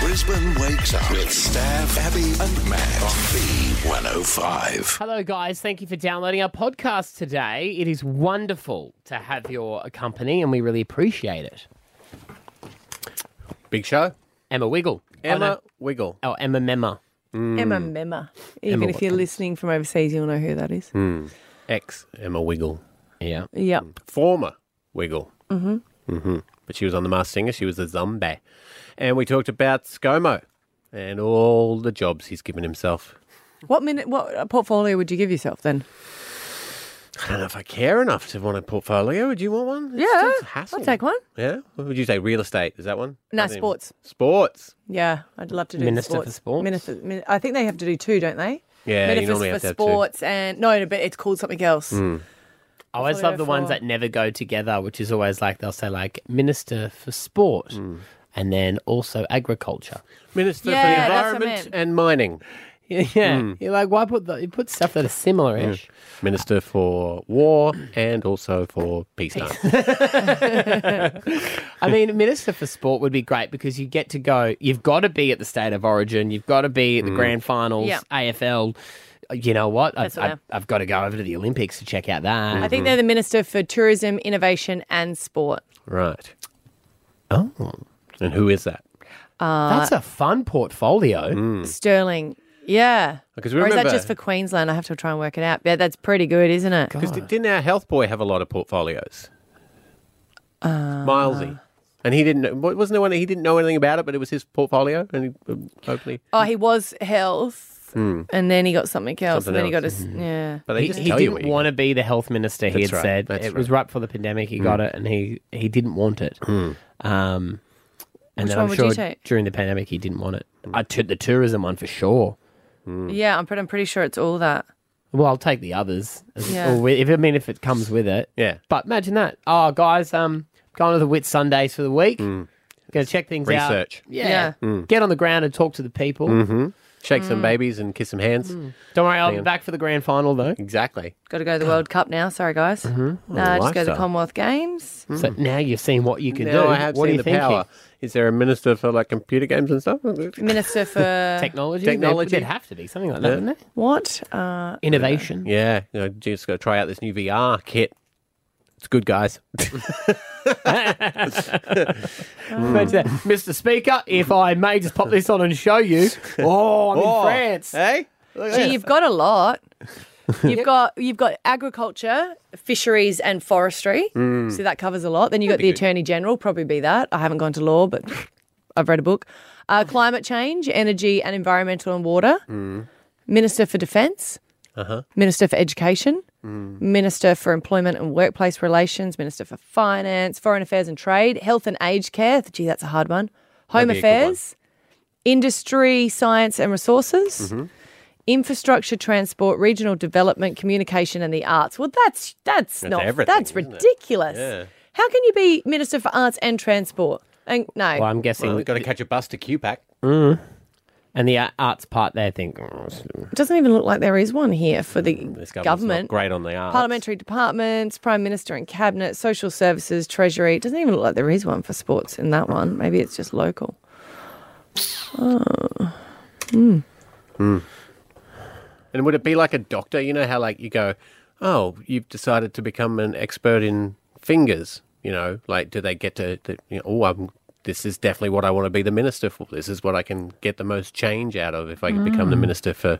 Brisbane wakes up with Staff, Abby, and Matt on B105. Hello, guys. Thank you for downloading our podcast today. It is wonderful to have your company, and we really appreciate it. Big show. Emma Wiggle. Emma Wiggle. Oh, Emma Memma. Mm. Emma Memma. Even Mm. Emma if you're listening from overseas, you'll know who that is. Ex Hmm. Emma Wiggle. Yeah. Yeah. Former Wiggle. Mm-hmm. Mm-hmm. But she was on The Masked Singer. She was the Zumba. And we talked about ScoMo and all the jobs he's given himself. What minute? What uh, portfolio would you give yourself then? I don't know if I care enough to want a portfolio. Would you want one? It's- Yeah, it's a hassle. I'll take one. Yeah. What would you say? Real estate. Is that one? No, I don't even- sports. Sports. Yeah, I'd love to do Minister sports. for sports? Minister, min- I think they have to do two, don't they? Yeah, you Minister normally for have to have two. Mm. sports and no, but it's called something else. I always what love the they're ones for. that never go together, which is always like they'll say, like, Minister for Sport Mm. and then also Agriculture. Minister Yeah, for the that's what I Environment meant. and Mining. Hmm. Yeah. You're like, why put the, you put stuff that is similar ish? Mm. Minister for War and also for Peace. No. I mean, Minister for Sport would be great because you get to go, you've got to be at the State of Origin, you've got to be Mm. at the Grand Finals, Yeah. AFL. You know what? I've, That's what I've, I've got to go over to the Olympics to check out I that. Mm-hmm. think they're the Minister for Tourism, Innovation and Sport. Mm-hmm. Right. Oh. And who is that? Mm. That's a fun portfolio. Uh, Sterling. Yeah. 'Cause we or is that remember- just for Queensland? I have to try and work it out. Yeah, that's pretty good, isn't it? Because didn't our health boy have a lot of portfolios? Uh, Milesy. And he didn't. know- wa- Wasn't there one that he didn't know anything about it, but it was his portfolio, and he, um, hopefully. Oh, he was health, Hmm. and then he got something else, Something and then he got else. Mm-hmm. his yeah. But they He, just he tell you didn't what you want to be the health minister. He That's had right, said that's it was right. Mm. right before the pandemic. He Hmm. got it, and he he didn't want it. Um, and Which then one I'm would sure you take? during the pandemic he didn't want it. I took the tourism one for sure. Yeah, I'm pretty. I'm pretty sure it's all that. Well, I'll take the others. as- Yeah. or wi- if I mean if it comes with it. Yeah. But imagine that. Oh, guys, um, going to the Wit Sundays for the week. Hmm. Going to check things out. Mm. Research. Mm. Mm-hmm. Yeah. Get on the ground and talk to the people. Shake Mm. some babies and kiss some hands. Don't worry, I'll be back for the grand final though. Exactly. Got to go to the World Cup now. Sorry, guys. Nah, just go to Mm-hmm. lifestyle. Mm-hmm. the Commonwealth Games. So now you've seen what you can Hmm. Now do. I have what seen are you the thinking? power. Is there a minister for like computer games and stuff? Minister for Technology. Technology. There'd have to be something like that, wouldn't there? what? Uh, Innovation. Yeah, you know, just got to try out this new VR kit. It's good, guys. Oh. Imagine that. Hmm. Mr. Speaker, if I may just pop this on and show you. Oh, I'm in France. Hey, gee, you've got a lot. You've got you've got agriculture, fisheries, and forestry. So that covers a lot. Then you got the Attorney General, probably be that. I haven't gone to law, but I've read a book. Uh, climate change, energy, and environmental and water. Minister for Defence. Uh-huh. Minister for Education, Mm. Minister for Employment and Workplace Relations, Minister for Finance, Foreign Affairs and Trade, Health and Aged Care. Gee, that's a hard one. Home That'd be a good one. Affairs, Industry, Science and Resources, Mm-hmm. Mm-hmm. Infrastructure, Transport, Regional Development, Communication and the Arts. Well, that's that's, not everything, that's isn't it? ridiculous. Yeah. How can you be Minister for Arts and Transport? And no, Well, I'm guessing. Hmm. Well, got to catch a bus to QPAC. and the uh, arts part there, I think. "Oh, it's- it doesn't even look like there is one here for the This Mm, government's not government. great on the arts. parliamentary departments, prime minister and cabinet, social services, treasury. It doesn't even look like there is one for sports in that one. Maybe it's just local. Oh. Hmm. Hmm. And would it be like a doctor? You know how like you go, oh, you've decided to become an expert in fingers. You know, like do they get to? to you know, oh, I'm. This is definitely what I want to be the minister for. This is what I can get the most change out of if I become Mm. the minister for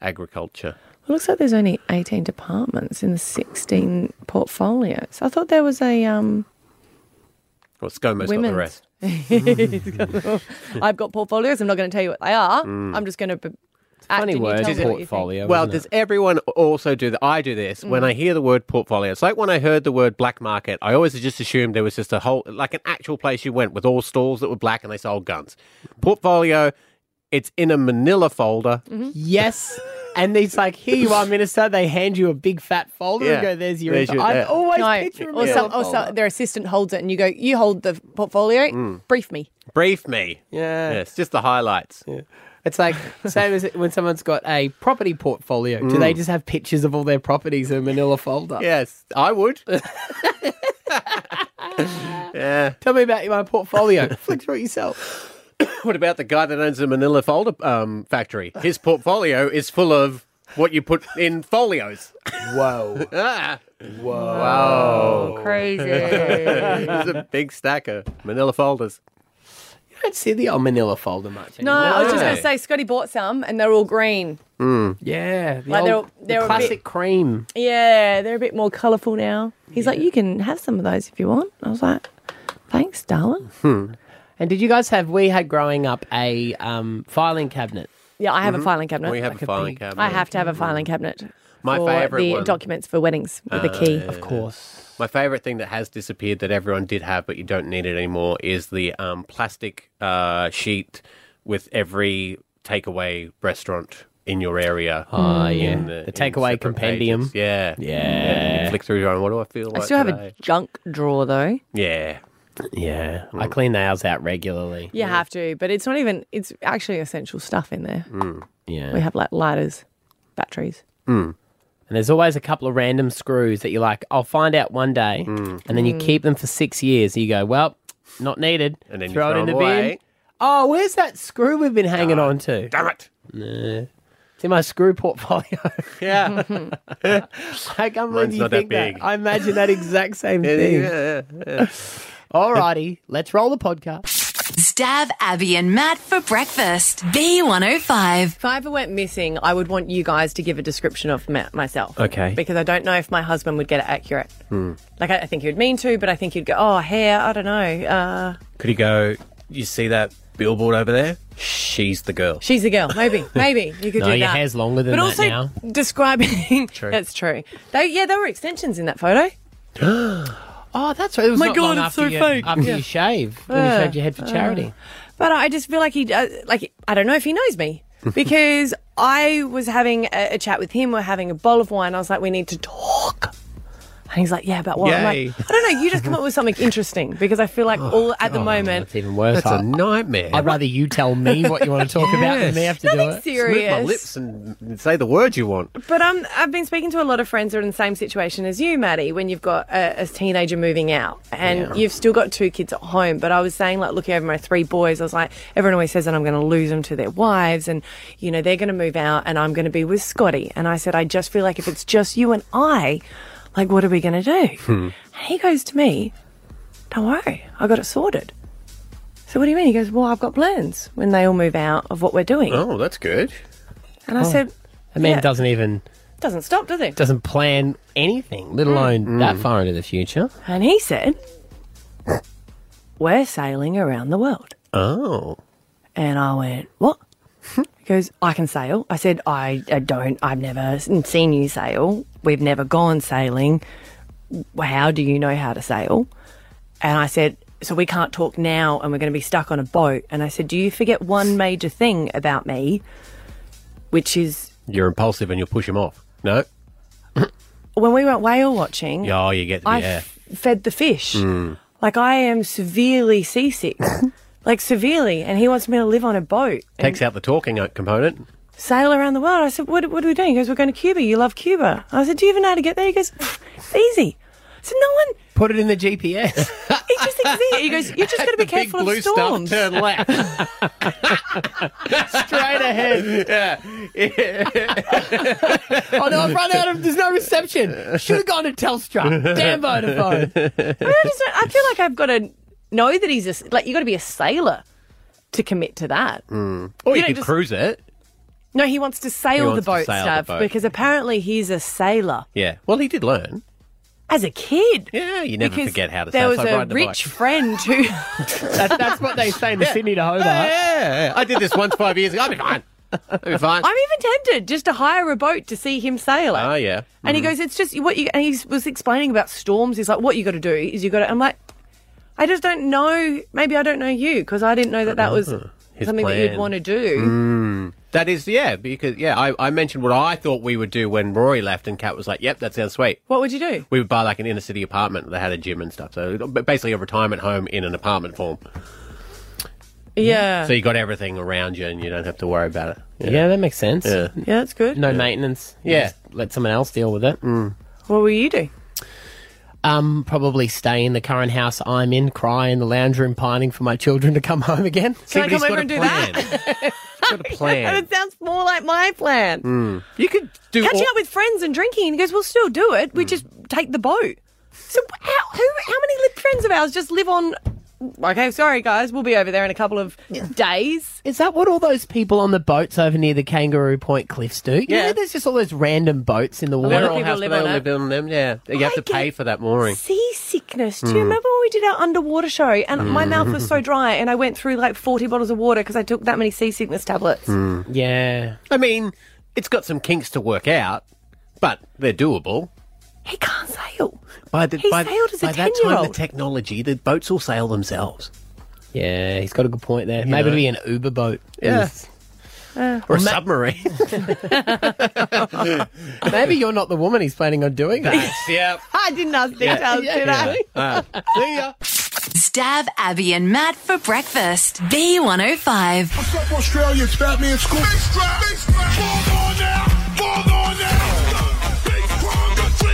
agriculture. It looks like there's only 18 departments in the 16 portfolios. I thought there was a um Well, ScoMo's got the women's. rest. I've got portfolios. I'm not going to tell you what they are. Hmm. I'm just going to. Funny word, you think. portfolio. Well, isn't does it? everyone also do that? I do this when Mm. I hear the word portfolio. It's like when I heard the word black market, I always just assumed there was just a whole, like an actual place you went with all stalls that were black and they sold guns. Mm. Portfolio, it's in a manila folder. Mm. Mm-hmm. yes. And it's like, here you are, minister. They hand you a big fat folder Yeah. and go, there's your. There's info." your- I yeah. always picture No, a or, manila some, or folder. some, their assistant holds it, and you go, "You hold the portfolio, Hmm. brief me." Brief me. Yeah. Yes, just the highlights. It's like same as when someone's got a property portfolio. Mm. Do they just have pictures of all their properties in a manila folder? Yes, I would. yeah. Tell me about my portfolio. Flick through it yourself. what about the guy that owns the Manila folder um, factory? His portfolio is full of what you put in folios. Whoa. Ah, Whoa. Crazy. he's a big stacker. Manila folders. I don't see the old Manila folder much. No, anymore. I was just going Why? to say, Scotty bought some and they're all green. Mm. yeah, the Like, old- they're- they're a the bit- classic cream. Yeah, they're a bit more colourful now. He's like, you can have some of those if you want. I was like, thanks, darling. And did you guys have? We had growing up a um, filing cabinet. Yeah, I have a filing cabinet. Mm-hmm. We have Like a a filing big- cabinet. Mm. I have to have a filing cabinet. My for favourite the one. Uh, documents for weddings with the key. Of course. My favorite thing that has disappeared that everyone did have but you don't need it anymore is the um, plastic uh, sheet with every takeaway restaurant in your area. Oh, yeah. in The in takeaway separate compendium. pages. Yeah. Yeah. You Flick through your own. What do I feel I like? still have a today? junk drawer though. Yeah. Mm. Yeah, I clean the house out regularly. You have to, but it's not even, it's actually essential stuff in there. Mm. Yeah, We have like lighters, batteries. and there's always a couple of random screws that you're like, I'll find out one day, Mm. and Mm. then you keep them for six years. And you go, well, not needed, And then you throw them away. Oh, where's that screw we've been hanging on to? Damn it. It's in my screw portfolio. Yeah. I can't believe Mine's you not that think that. big. I imagine that exact same thing. yeah. Alrighty, let's roll the podcast. Stav, Abby, and Matt for breakfast. B105. If I ever went missing, I would want you guys to give a description of ma- myself. Okay. Because I don't know if my husband would get it accurate. Hmm. Like, I, I think he would mean to, but I think he'd go, oh, hair, I don't know. Uh, Could you go, you see that billboard over there? She's the girl. she's the girl. Maybe, maybe. You could No, do that. your hair's longer than but that also now. describing. That's true. They, yeah, there were extensions in that photo. Oh, that's right. It was My not God, long it's after so you, fake. Uh, After you shave, when you shaved your head for charity. But I just feel like he, uh, like, I don't know if he knows me because I was having a, a chat with him. We're having a bowl of wine. I was like, we need to talk. And he's like, yeah, about what? I'm Yay. like, I don't know. You just come up with something interesting because I feel like Oh, all at the moment. It's even worse. That's I, a nightmare. I'd rather you tell me what you want to talk about than me have to do Nothing it. Move my serious. lips and say the words you want. But um, I've been speaking to a lot of friends who are in the same situation as you, Maddie, when you've got a, a teenager moving out and you've still got two kids at home. But I was saying, like, looking over my three boys, I was like, everyone always says that I'm going to lose them to their wives and, you know, they're going to move out and I'm going to be with Scotty. And I said, I just feel like if it's just you and I, like, what are we going to do? And he goes to me, don't worry, I got it sorted. So what do you mean? He goes, well, I've got plans when they all move out of what we're doing. Oh, that's good. And I said, That man Yeah. doesn't even doesn't stop, does it? doesn't plan anything, Hmm. let alone that far into the future. And he said, We're sailing around the world. Oh. And I went, What? He goes, I can sail. I said, I, I don't, I've never s- seen you sail. We've never gone sailing. How do you know how to sail? And I said, So we can't talk now and we're going to be stuck on a boat. And I said, Do you forget one major thing about me, which is You're impulsive and you'll push him off. No? when we went whale watching, Oh, you get the I yeah. f- fed the fish. Hmm. Like I am severely seasick, like severely, and he wants me to live on a boat and Takes out the talking uh, component. sail around the world. I said, what, "What are we doing?" He goes, "We're going to Cuba. You love Cuba." I said, "Do you even know how to get there?" He goes, "It's easy." I said, "No one. Uh, Put it in the GPS. It just exists." He goes, "You're just going to be careful of storms." turn left. Straight ahead. oh no, I've run out of. There's no reception. Should have gone to Telstra. Damn Vodafone. I just don't, I feel like I've got to know that he's a, s- like you got to be a sailor to commit to that. Hmm. or you, know, could just- cruise it. No, he wants to sail wants the to boat sail the stuff boat. because apparently he's a sailor Yeah. Well, he did learn. as a kid. Yeah, you never forget how to there sail, was so a ride the rich bike. friend who That, that's what they say in the Sydney to Hobart. Yeah. I did this once five years ago. I'll be fine. I'll be fine. I'm even tempted just to hire a boat to see him sail it. oh, yeah. And he goes, "It's just what you." And he was explaining about storms. He's like, "What you got to do is you got to." I'm like, I just don't know. Maybe I don't know you because I didn't know that that was His something that you'd plan. Mm. want to do. That is, yeah, because, yeah, I, I mentioned what I thought we would do when Rory left, and Kat was like, yep, that sounds sweet. What would you do? We would buy like an inner city apartment that had a gym and stuff. So but basically a retirement home in an apartment form. Yeah, So you got everything around you and you don't have to worry about it. Yeah. that makes sense. Yeah. yeah, that's good. No maintenance. You Yeah. Hmm. just let someone else deal with it. What will you do? Um, probably stay in the current house I'm in, cry in the lounge room, pining for my children to come home again. Can I come over and do that? got a and plan. it sounds more like my plan. Hmm. You could do Catching all- Hmm. up with friends and drinking. And he goes, we'll still do it. We just take the boat. So how, who, how many li- friends of ours just live on... Okay, sorry, guys. We'll be over there in a couple of days. Is that what all those people on the boats over near the Kangaroo Point cliffs do? You Yeah. know, there's just all those random boats in the lot water. of people house, live they on all it. live on them. Yeah, you have I to pay get for that mooring. Seasickness. Hmm. Do you remember when we did our underwater show and my mouth was so dry and I went through like 40 bottles of water because I took that many seasickness tablets? Hmm. Yeah. I mean, it's got some kinks to work out, but they're doable. He can't sail. By the He by, sailed as a by that time, the 10-year-old. technology, the boats all sail themselves. Yeah, he's got a good point there. Maybe it'd be an Uber boat. Yeah. Or a submarine. Maybe you're not the woman he's planning on doing that. yeah. I didn't ask details, did I? See ya. Stab Abby and Matt for breakfast. B105. What's up, Australia? It's Batman in School.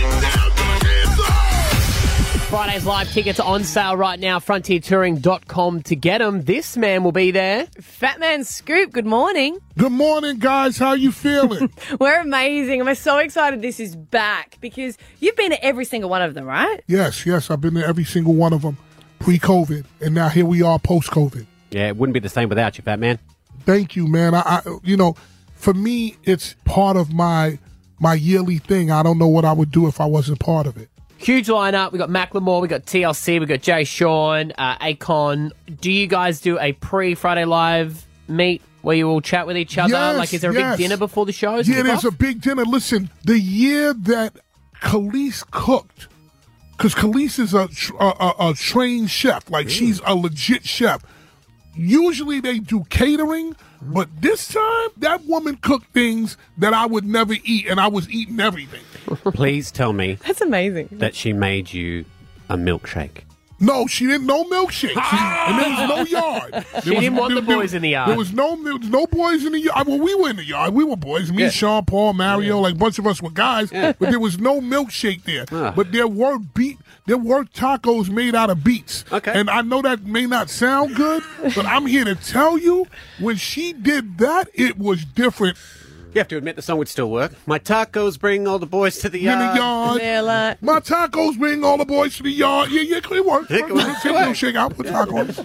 Friday's live tickets are on sale right now. Frontiertouring.com to get them. This man will be there. Fat Man Scoop, good morning. Good morning, guys. How you feeling? We're amazing. I'm so excited this is back because you've been at every single one of them, right? yes, yes. I've been to every single one of them pre-COVID, and now here we are post-COVID. Yeah, it wouldn't be the same without you, fat man. thank you, man. I, I you know, for me, it's part of my my yearly thing. I don't know what I would do if I wasn't part of it. Huge lineup. We got Macklemore, we got TLC, we got Jay Sean, uh, Akon. Do you guys do a pre Friday Live meet where you all chat with each other? Yes, like, is there a yes. big dinner before the show? Yeah, there's a big dinner. Listen, the year that Khalees cooked, because Khalees is a, tr- a, a, a trained chef, like she's a legit chef. Usually they do catering, but this time that woman cooked things that I would never eat, and I was eating everything. Please tell me That's amazing. that she made you a milkshake. No, she didn't. No milkshake. She, and there was no yard. There was- didn't want there- the there- boys in the yard. There was no there was no boys in the yard. Well, we were in the yard. We were boys. Me, Sean, Paul, Mario, like a bunch of us were guys. But there was no milkshake there. But there were beet. There were tacos made out of beets. Okay. And I know that may not sound good, but I'm here to tell you, when she did that, it was different. You have to admit the song would still work. My tacos bring all the boys to the in the yard. yard. They're like, My tacos bring all the boys to the yard. Yeah, yeah, it worked. It worked. Take a milkshake. I'll put tacos.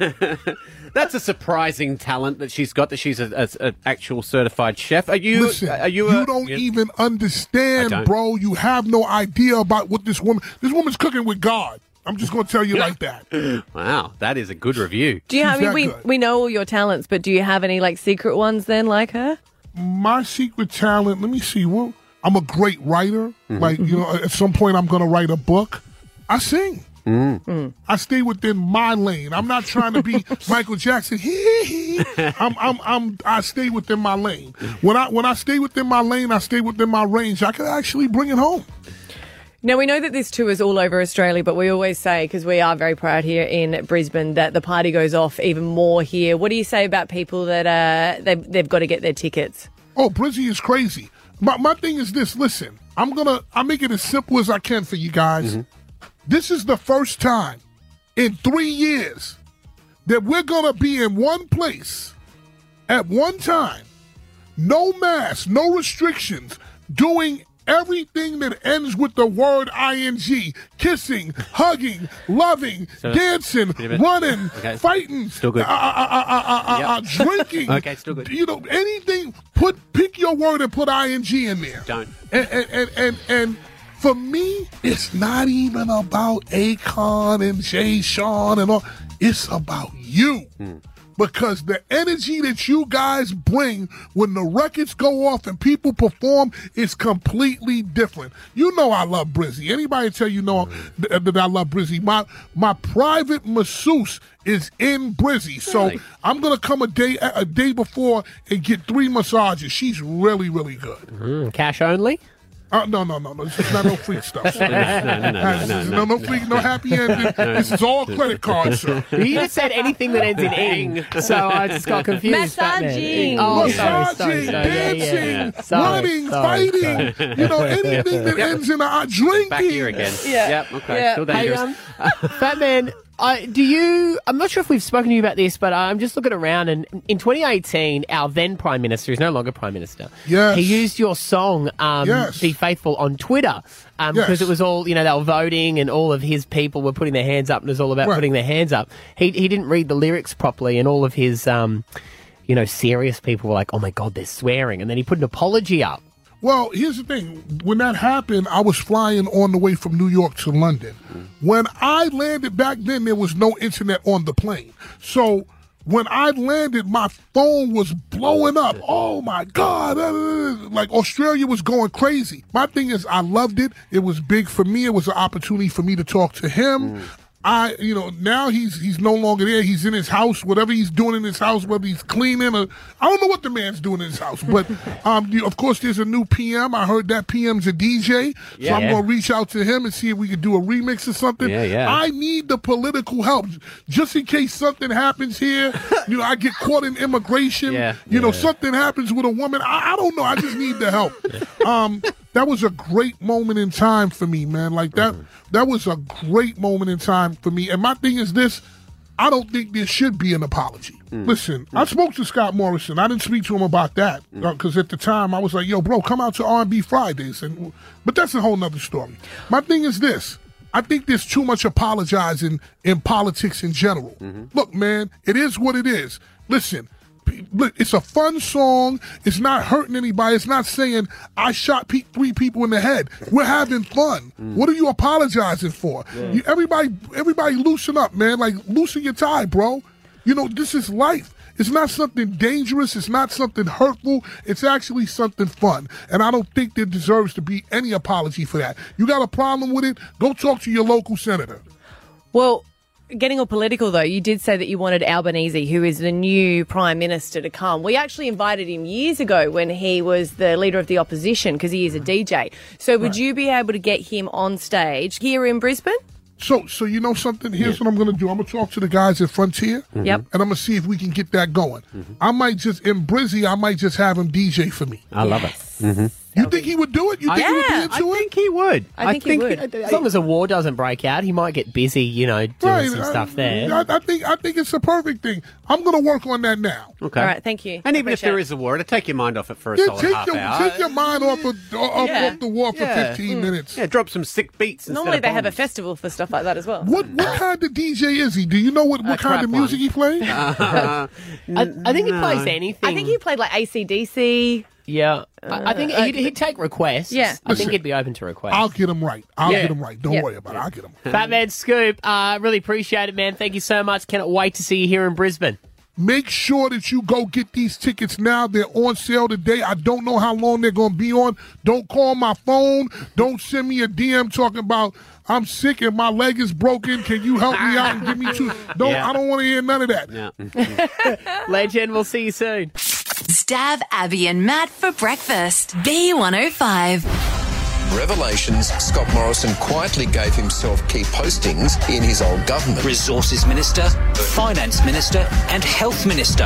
That's a surprising talent that she's got. That she's a, a, an actual certified chef. Are you? Listen, are you? you, a- don't even understand, I don't. bro. You have no idea about what this woman. This woman's cooking with God. I'm just gonna tell you like that. Wow, that is a good review. do you have, I She's mean, that we, good. we know all your talents, but do you have any like secret ones then, like her? My secret talent. Let me see. Well, I'm a great writer. Mm-hmm. Like you know, at some point, I'm gonna write a book. I sing. Mm. I stay within my lane. I'm not trying to be Michael Jackson. Hee hee. I'm, I'm, I'm, I stay within my lane. When I, when I stay within my lane, I stay within my range. I could actually bring it home. Now, we know that this tour is all over Australia, but we always say, because we are very proud here in Brisbane, that the party goes off even more here. What do you say about people that uh, they've, they've got to get their tickets? Oh, Brizzy is crazy. My, my thing is this listen, I'm gonna I make it as simple as I can for you guys. Mm-hmm. This is the first time in three years that we're gonna be in one place at one time, no mask, no restrictions, doing everything that ends with the word ing kissing hugging loving dancing a minute. running Okay. fighting Still good. uh, uh, uh, uh, uh, Yep. uh, drinking Okay, still good. you know, anything, put pick your word and put ing in there. Don't. And and and and, and for me, it's not even about Akon and Jay Sean and all. It's about you. Mm-hmm. Because the energy that you guys bring when the records go off and people perform is completely different. You know I love Brizzy. Anybody tell you know th- that I love Brizzy? My my private masseuse is in Brizzy, so Really? I'm gonna come a day a Mm-hmm. day before and get three massages. She's really really good. Mm, cash only? Uh, no, no, no, no. This is not no freak stuff. sir. No, no, no, This no, is no, no. no freak, no happy ending. This is all credit cards, sir. You just said anything that ends in ing, so I just got confused. Massaging. Oh, sorry, sorry, sorry. Massaging, Yeah, yeah, yeah. dancing, Sorry, running, sorry, fighting, you know, anything that ends in a uh, drinking. Back here again. Yeah. Yep. Okay. Yeah. Still Hey, dangerous. um, Fat Man, I, do you? I'm not sure if we've spoken to you about this, but I'm just looking around, and in 2018, our then Prime Minister, who's no longer Prime Minister, Yes. he used your song um, Yes. "Be Faithful" on Twitter um, Yes. because it was all you know they were voting, and all of his people were putting their hands up, and it was all about Right. putting their hands up. He he didn't read the lyrics properly, and all of his um, you know serious people were like, "Oh my god, they're swearing," and then he put an apology up. Well, here's the thing. When that happened, I was flying on the way from New York to London. When I landed back then, there was no internet on the plane. So when I landed, my phone was blowing up. Oh my God. uh, Like Australia was going crazy. My thing is, I loved it. It was big for me. It was an opportunity for me to talk to him. I, you know, now he's he's no longer there. He's in his house. Whatever he's doing in his house, whether he's cleaning or I don't know what the man's doing in his house. But um, you- of course, there's a new PM. I heard that PM's a DJ, so I'm Yeah. gonna reach out to him and see if we could do a remix or something. Yeah, yeah. I need the political help just in case something happens here. you know, I get caught in immigration. Yeah. You know, something happens with a woman. I, I don't know. I just need the help. Um, that was a great moment in time for me, man. Like that. Mm-hmm. That was a great moment in time for me. And my thing is this: I don't think there should be an apology. Mm. Listen, I spoke to Scott Morrison. I didn't speak to him about that because at the time I was like, "Yo, bro, come out to R&B Fridays." And but that's a whole nother story. My thing is this. I think there's too much apologizing in politics in general. Look, man, it is what it is. Listen, P- look, it's a fun song. It's not hurting anybody. It's not saying I shot pe- three people in the head. We're having fun. What are you apologizing for? You, everybody, everybody, loosen up, man. Like loosen your tie, bro. You know this is life. It's not something dangerous. It's not something hurtful. It's actually something fun. And I don't think there deserves to be any apology for that. You got a problem with it? Go talk to your local senator. Well, getting all political though, you did say that you wanted Albanese, who is the new prime minister, to come. We actually invited him years ago when he was the leader of the opposition because he is a DJ. So, would you be able to get him on stage here in Brisbane? So, so you know something? Here's what I'm gonna do. I'm gonna talk to the guys at Frontier, Mm-hmm. Yep. and I'm gonna see if we can get that going. I might just in Brizzy, I might just have him DJ for me. I love it. Mm-hmm. Yes. You think he would do it? You think Yeah, he would be into I it? think he would. I think he would. As long as a war doesn't break out, he might get busy, you know, doing some I- stuff there. I, I think I think it's the perfect thing. I'm gonna work on that now. Okay. All right, thank you. And even if Appreciate there it. is a war, it'll take your mind off it for a Yeah, solid take half your hour. take your mind off of off, Yeah. Mm. off the war for Yeah. 15 minutes. Yeah, drop some sick beats. instead Normally of they have a bombs. festival for stuff like that as well. What what kind of DJ is he? Do you know what, what kind crap of music one. he plays? I, I think he plays anything. I think he played like ACDC. Yeah, I, I think he'd, he'd take requests. Uh, Yeah. I think he'd be open to requests. I'll get him right. I'll Yeah. get him right. Don't Yeah. worry about it. I'll get him. right. Batman Scoop, uh, really appreciate it, man. Thank you so much. Cannot wait to see you here in Brisbane. Make sure that you go get these tickets now. They're on sale today. I don't know how long they're going to be on. Don't call my phone. Don't send me a DM talking about I'm sick and my leg is broken. Can you help me out and give me two? Don't. Yeah. I don't want to hear none of that. Legend, we'll see you soon. Stab Abby and Matt for breakfast. B105. Revelations Scott Morrison quietly gave himself key postings in his old government. Resources Minister, Finance Minister, and Health Minister.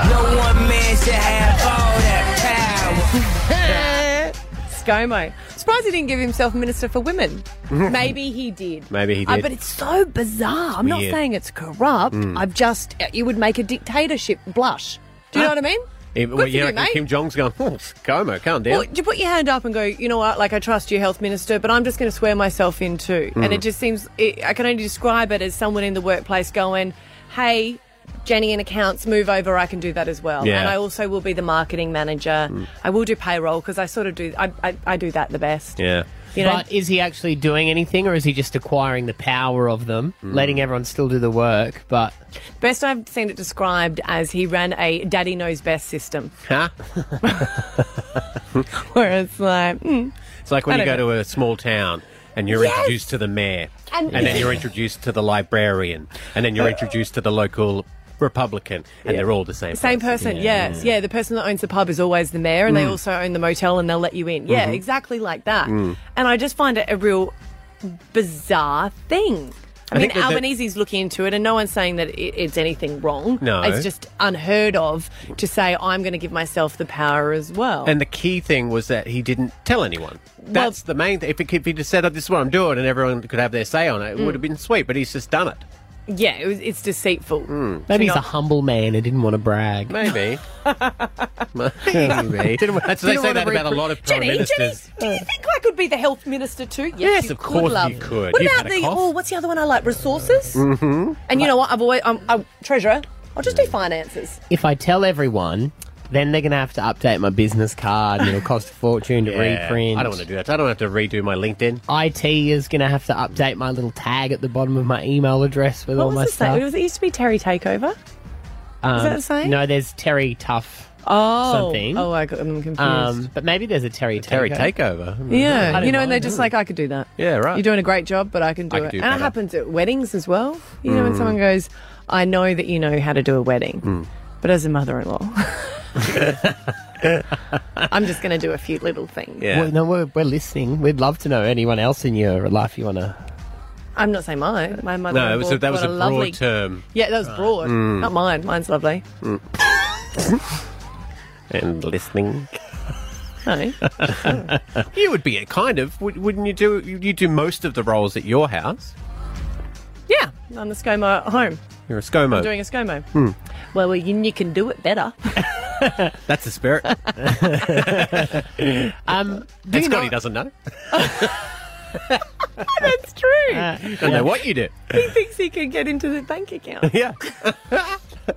ScoMo. Surprised he didn't give himself Minister for Women. Maybe he did. Maybe he Uh, did. but it's so bizarre. I'm not weird. Hmm. saying it's corrupt. I've just, it would make a dictatorship blush. Do you know what I mean? Even, Good well, for yeah, you, I reckon mate. Kim Jong's going, oh, Como, calm down. Well, do you put your hand up and go, you know what, like I trust you, Health Minister, but I'm just going to swear myself in too. Hmm. And it just seems, it, I can only describe it as someone in the workplace going, hey, Jenny in accounts, move over, I can do that as well. Yeah. Hmm. And I also will be the marketing manager. I will do payroll because I sort of do, I, I, I do that the best. yeah. You know, But is he actually doing anything, or is he just acquiring the power of them, Hmm. letting everyone still do the work? But Best I've seen it described as he ran a daddy knows best system, Huh? where it's like, mm. It's like when I you go don't to a small town and you're introduced to the mayor, and, And- Uh, then you're introduced to the librarian, and then you're introduced to the local Republican, and they're all the same. Mm. Same person, yes. Yeah, the person that owns the pub is always the mayor, and they also own the motel and they'll let you in. Mm-hmm. Yeah, exactly like that. Mm. And I just find it a real bizarre thing. I, mean, think that the- Albanese's looking into it, and no one's saying that it, it's anything wrong. No. It's just unheard of to say, I'm going to give myself the power as well. And the key thing was that he didn't tell anyone. That's the main thing. If he, if he just said, oh, this is what I'm doing, and everyone could have their say on it, it would have Mm. been sweet, but he's just done it. yeah, it was, it's deceitful. Mm. Maybe he's not- a humble man and didn't want to brag. Maybe. Maybe. Didn't, that's, they say that about a lot of prime Jenny, Jenny, ministers. do you think I could be the health minister too? Yes, Yes, you of could, course love. you could. What You've about had a the cough. oh, what's the other one I like? Resources. Mm-hmm. And you know what? I've always I'm, I'm treasurer. I'll just do finances. If I tell everyone, then they're going to have to update my business card and it'll cost a fortune to Yeah, reprint. I don't want to do that. I don't have to redo my LinkedIn. IT is going to have to update my little tag at the bottom of my email address with What all my was the stuff. name? Was it used to be Terry Takeover? Um, that the same? No, there's Terry Tough. Oh, Something. Oh, I got, I'm confused. Um, but maybe there's a Terry Terry Takeover. takeover. yeah, don't you know, and mind, they're just like, I could do that. Yeah, right. You're doing a great job, but I can do I it. could do and it better. Mm. happens at weddings as well. You know, when someone goes, I know that you know how to do a wedding, but as a mother in law, I'm just going to do a few little things. Yeah. Well, no, we're, we're listening. We'd love to know anyone else in your life you want to. I'm not saying mine. My mother no, it was a, that was a a broad lovely, term. Mm. Yeah, that was broad. Not mine. Mine's lovely. And listening. No. You would be a kind of, wou- wouldn't you do? You do most of the roles at your house. yeah, I'm the ScoMo at home. You're a ScoMo. Hmm. I'm doing a ScoMo. Well, well you, you can do it better. That's the spirit. Um, do and you Scotty know- doesn't know. That's true. Don't know what you do. he thinks he can get into the bank account. Yeah.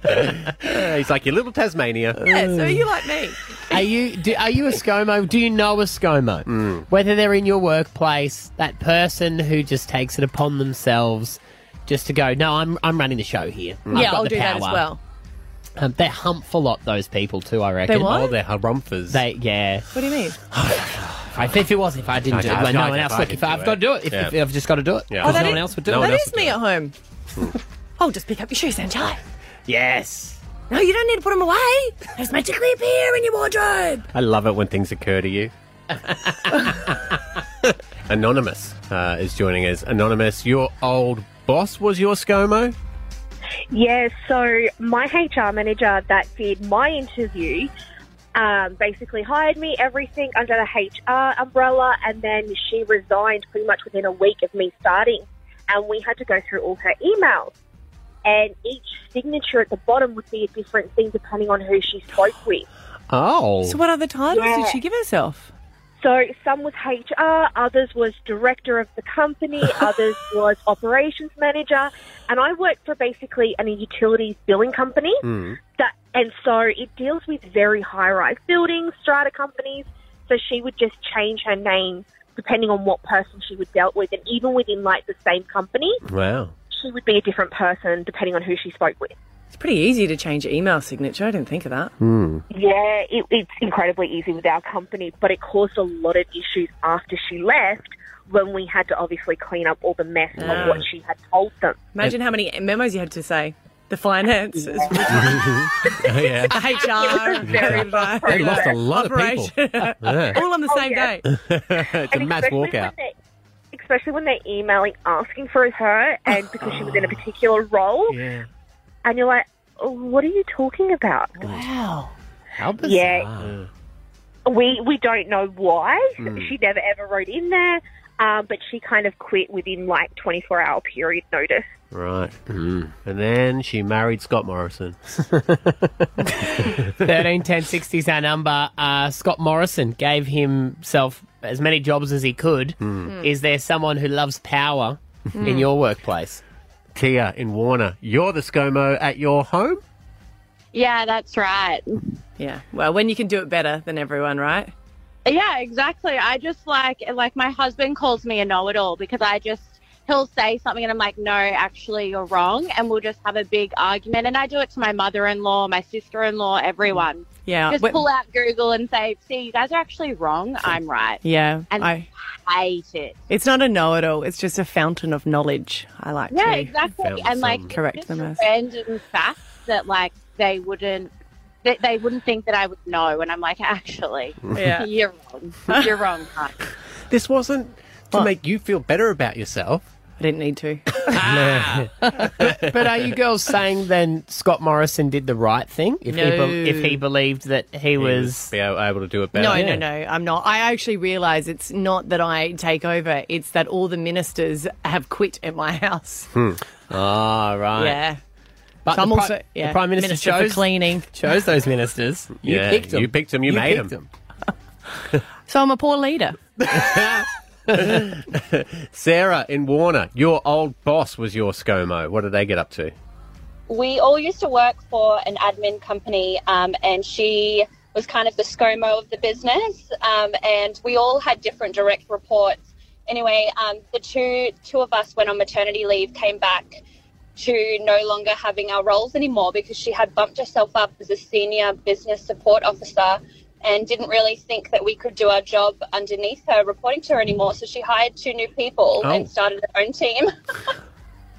Uh, he's like your little Tasmania. yeah, so you like me. Are you do, are you a ScoMo? Do you know a ScoMo? Whether they're in your workplace, that person who just takes it upon themselves just to go, no, I'm I'm running the show here. I've yeah, got I'll the do that as power." well. Um, they hump a lot. Those people too, I reckon. They what? Oh, they're harumphers. They yeah. What do you mean? If, I, if it was, if I didn't do it, I- when I- no one I- else. I Look, could if do I've it. got to do it, if, Yeah. if I've just got to do it, Yeah. because Oh, no that one is- else would do no one it. that else is would me do Hmm. at home. I'll just pick up your shoes and tie. Yes. No, you don't need to put them away. They just magically appear in your wardrobe. I love it when things occur to you. Anonymous uh, is joining us. Anonymous, your old boss was your ScoMo? Yeah, so my HR manager that did my interview um, basically hired me, everything under the HR umbrella, and then she resigned pretty much within a week of me starting. And we had to go through all her emails. And each signature at the bottom would be a different thing depending on who she spoke with. Oh. So what other titles did Yeah. she give herself? So some was HR, others was director of the company, others was operations manager, and I worked for basically an utilities billing company. That and so it deals with very high-rise buildings, strata companies. So she would just change her name depending on what person she would dealt with, and even within like the same company, wow. she would be a different person depending on who she spoke with. It's pretty easy to change your email signature. I didn't think of that. Hmm. Yeah, it, it's incredibly easy with our company, but it caused a lot of issues after she left when we had to obviously clean up all the mess of what she had told them. Imagine how many memos you had to say. The finance, Mm-hmm. Oh, yeah. HR, very They lost a lot operation, of people. Yeah. all on the same Oh, yeah. day. it's a And mass especially when walkout. they- Especially when they're emailing asking for her, and because she was in a particular role, Oh. Yeah. and you're like, "Oh, "What are you talking about?" How bizarre. Yeah. We we don't know why she never ever wrote in there, um, but she kind of quit within like 24 hour period notice. Right. And then she married Scott Morrison. Thirteen ten sixty is our number. Uh, Scott Morrison gave himself as many jobs as he could. Is there someone who loves power in your workplace? Tia uh, in Warner, you're the ScoMo at your home? Yeah, that's right. Yeah. Well, when you can do it better than everyone, right? Yeah, exactly. I just like like my husband calls me a know-it-all because I just he'll say something and I'm like, "No, actually you're wrong." And we'll just have a big argument and I do it to my mother-in-law, my sister-in-law, everyone. Yeah. Just Wait- pull out Google and say, see, you guys are actually wrong. I'm right. Yeah. And I, hate it. it's not a know it all, it's just a fountain of knowledge. I like Yeah, to. exactly. And like it's Correct just them as- random facts that like they wouldn't that they wouldn't think that I would know and I'm like, actually Yeah. you're wrong. You're wrong, hon. This wasn't to What? make you feel better about yourself. I didn't need to. But are you girls saying then Scott Morrison did the right thing if he No. be- if he believed that he, was? Be a- able to do it better. No, no, no, I'm not. I actually realise it's not that I take over, it's that all the ministers have quit at my house. Hmm. Ah, right. Yeah. But So I'm the, pri- also yeah, the prime minister, Minister chose for cleaning. chose those ministers. You Yeah, picked them. you picked 'em, you made 'em. So I'm a poor leader. Sarah in Warner, your old boss was your ScoMo. What did they get up to? we all used to work for an admin company, um, and she was kind of the ScoMo of the business. Um, and we all had different direct reports. Anyway, um, the two two of us went on maternity leave, came back to no longer having our roles anymore because she had bumped herself up as a senior business support officer and didn't really think that we could do our job underneath her reporting to her anymore. So she hired two new people Oh. and started her own team.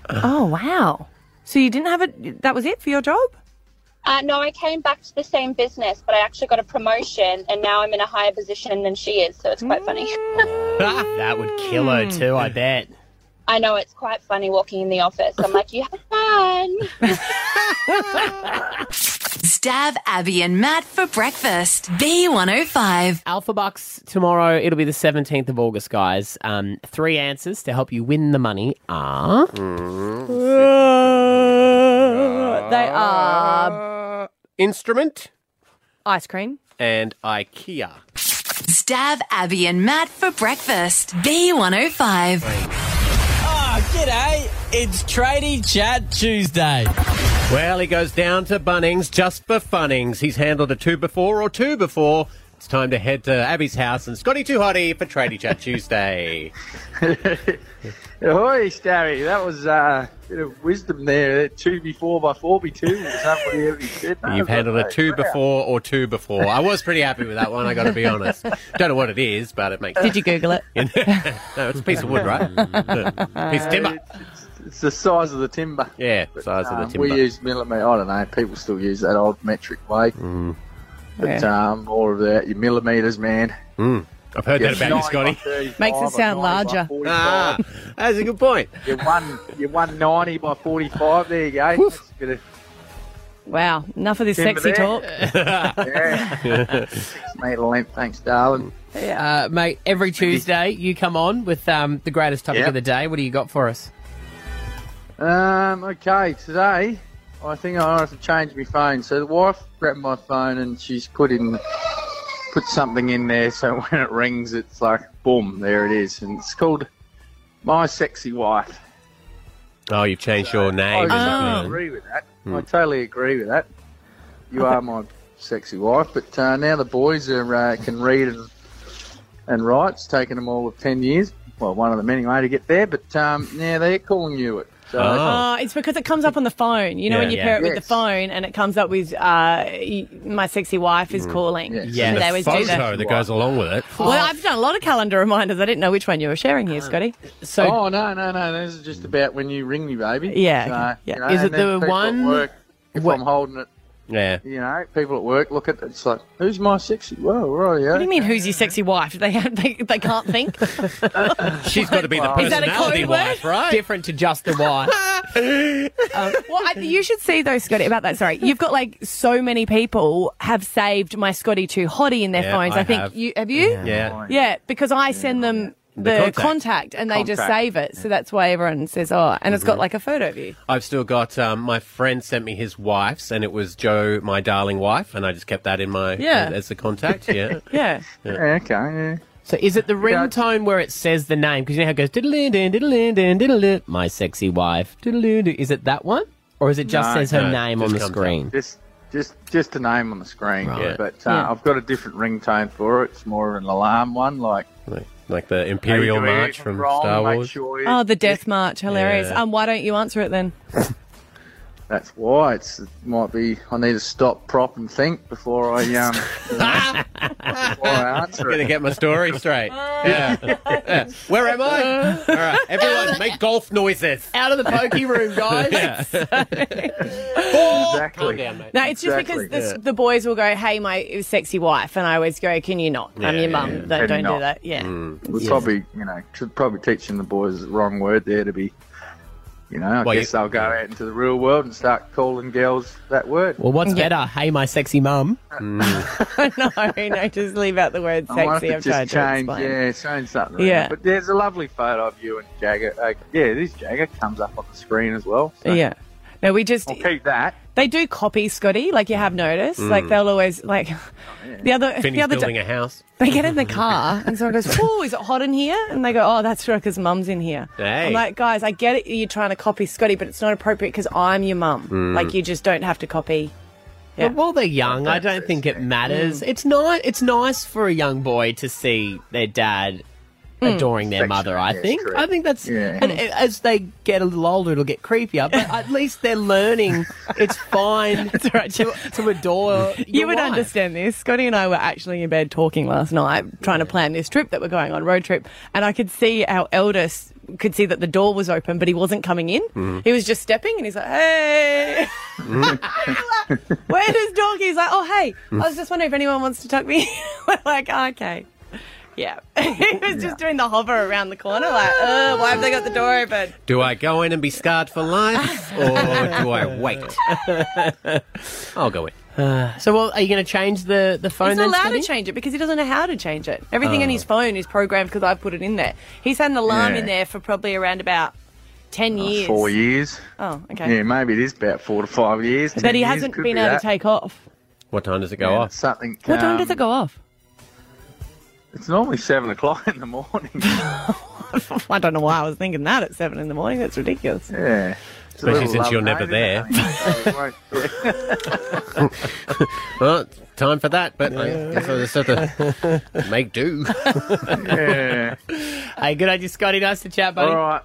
Oh, wow. So you didn't have it? That was it for your job? Uh, no, I came back to the same business, but I actually got a promotion, and now I'm in a higher position than she is. So it's quite funny. Mm. Ah, That would kill Hmm. her too, I bet. I know it's quite funny walking in the office. I'm like, you have fun. Stab Abby and Matt for breakfast. B105. Alpha Bucks tomorrow. It'll be the seventeenth of August, guys. Um, three answers to help you win the money are Mm-hmm. Uh, They are Instrument ice cream. and IKEA. Stab Abby and Matt for breakfast. B105. Oh, g'day. It's Tradie Chat Tuesday. Well, he goes down to Bunnings just for funnings. He's handled a two before or two before. It's time to head to Abby's house and Scotty Too Hottie for Tradie Chat Tuesday. Ahoy, Starry. That was uh, a bit of wisdom there. Two before by four be two. Was that what he ever said? No, You've handled a mate, two wow. before or two before. I was pretty happy with that one, I gotta be honest. Don't know what it is, but it makes Did you Google it? No, it's a piece of wood, right? piece of timber. Uh, It's the size of the timber. Yeah, size of Um, the timber. we use millimeter. I don't know. People still use that old metric way. Mm. But um, more of that, your millimeters, man. Mm. I've heard that about you, Scotty. Makes it sound larger. Ah, that's a good point. You're one, you're one ninety by forty-five. There you go. That's a bit of- Wow. Enough of this Timber sexy there. talk. yeah. Six metre length. Thanks, darling. uh, mate. Every Tuesday, you come on with um, the greatest topic Yep. of the day. What do you got for us? Um, okay, today I think I have to change my phone. So the wife grabbed my phone and she's put in put something in there so when it rings it's like boom, there it is. And it's called My Sexy Wife. Oh, you've changed your name. Hmm. I isn't it? agree with that. I totally agree with that. You are my sexy wife, but uh, now the boys are uh, can read and and write. It's taken them all of ten years. Well, one of them anyway to get there, but um, now they're calling you it. So Oh, it's because it comes up on the phone. You know when you Yeah. pair it with the Yes. phone and it comes up with uh, y- my sexy wife is calling. Mm. Yes. So they always do that. Hmm. Photo that goes along with it. Well, I've done a lot of calendar reminders. I didn't know which one you were sharing here, Scotty. So oh no, no, no! This is just about when you ring me, baby. Yeah, So, okay. Yeah. you know, Is and it then the people at one- Work, if what- I'm holding it, Yeah. you know, people at work look at it. It's like, who's my sexy? Whoa, right, yeah. What do you mean, who's your sexy wife? They, they, they can't think? She's got to be the Is that a personality code wife, right? different to just the why. Well, I, you should see though, Scotty, about that. Sorry, you've got like so many people have saved my Scotty too hottie in their Yeah, phones. I I, think have. you have you. Yeah, Yeah. because I send them. The, contact. contact. and they just contact. save it, so that's why everyone says, "Oh," and it's got like a photo of you. I've still got um, my friend sent me his wife's, and it was Joe, my darling wife, and I just kept that in my Yeah. as a contact. Yeah. Yeah, Yeah, okay, yeah. So is it the ringtone where it says the name? Because you know how it goes diddle din diddle din diddle my sexy wife. Diddle-doo. Is it that one? Or is it just No, says her no, name on just the comes up. screen? Just, just, just a name on the screen. Right. But uh, Yeah. I've got a different ringtone for it. It's more of an alarm one, like Like, like the are you Imperial doing March anything from wrong? Star Make Wars. sure you- Oh, the Death March, hilarious. Yeah. Um, why don't you answer it then? That's why it's it might be. I need to stop, prop, and think before I um. you know, before I answer Gonna it. get my story straight. Yeah. Yeah. Where am I? All right, everyone, make golf noises. Out of the pokey room, guys. Exactly. No, it's just because the, the boys will go, "Hey, my sexy wife," and I always go, "Can you not? I'm Yeah, your yeah, mum. yeah. Mm. Don't, Can don't not. do that." Yeah. We're Yeah. probably, you know, should probably teaching the boys the wrong word there to be, you know, I Well, guess they'll go out into the real world and start calling girls that word. Well, what's better? Hey, my sexy mum. no, no, just leave out the word I might sexy. have I've to tried just to change, explain. yeah, change something. around. Yeah. But there's a lovely photo of you and Jagger. Uh, yeah, this Jagger comes up on the screen as well. so- Yeah. No, we just I'll keep that. They do copy Scotty, like you have noticed. Mm. Like they'll always like the other Finney's the other building day- a house. they get in the car and someone goes, "Oh, is it hot in here?" And they go, "Oh, that's right, because mum's in here." Hey. I'm like, guys, I get it. You're trying to copy Scotty, but it's not appropriate because I'm your mum. Mm. Like you just don't have to copy. Yeah. But while they're young, I don't think it matters. It's not. It's nice for a young boy to see their dad Mm. adoring their Affection, mother. I yes, think. correct. I think that's. Yeah. And a- as they get a little older, it'll get creepier. But at least they're learning. It's fine to, to adore. You your would wife. understand this. Scotty and I were actually in bed talking last night, trying to plan this trip that we're going on, road trip. And I could see our eldest could see that the door was open, but he wasn't coming in. Mm-hmm. Mhm. He was just stepping and he's like, hey, Mm-hmm. where does dog? He's like, oh, hey, I was just wondering if anyone wants to tuck me. in." we're like, "Oh, okay. Yeah. he was just doing the hover around the corner, like, oh, why have they got the door open? Do I go in and be scarred for life, or do I wait? I'll go in. Uh, so, well, are you going to change the the phone? He's then, not allowed Scotty? to change it because he doesn't know how to change it. Everything in Oh. his phone is programmed because I've put it in there. He's had an alarm Yeah. in there for probably around about 10 years. Four years. Oh, okay. Yeah, maybe it is about four to five years. But ten he years, hasn't could been be able that. to take off. What time does it go Yeah, off? Something. What time um, does it go off? It's normally seven o'clock in the morning. I don't know why I was thinking that at 7 in the morning. That's ridiculous. Yeah. It's a Especially little since you're love never note, there. isn't it? well, time for that, but I guess I just have to make do. yeah. Hey, good on you, Scotty. Nice to chat, buddy. All right.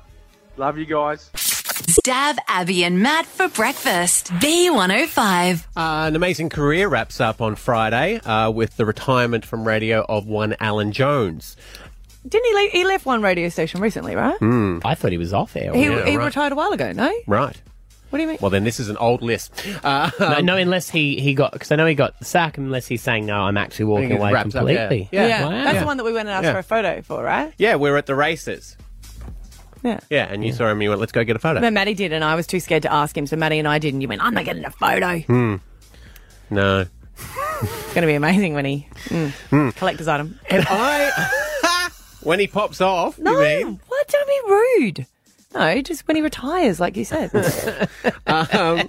Love you guys. Stab Abby and Matt for breakfast. B105. Uh, an amazing career wraps up on Friday uh, with the retirement from radio of one Alan Jones. Didn't he leave? He left one radio station recently, right? I thought he was off air. He, Yeah, he right. retired a while ago, no? Right. What do you mean? Well, then this is an old list. Uh, no, no, unless he, he got because I know he got the sack. Unless he's saying no, I'm actually walking it away wraps up, yeah. completely. Yeah. Wow. That's the one that we went and asked Yeah. for a photo for, right? Yeah, we were at the races. Yeah. Yeah, and you saw him and you went, let's go get a photo. But Maddie did, and I was too scared to ask him, so Maddie and I did, and you went, I'm not getting a photo. Hmm. No. It's going to be amazing when he. Mm. Hmm. Collector's item. And I. when he pops off, you No, mean? what? Don't be rude. No, just when he retires, like you said. um,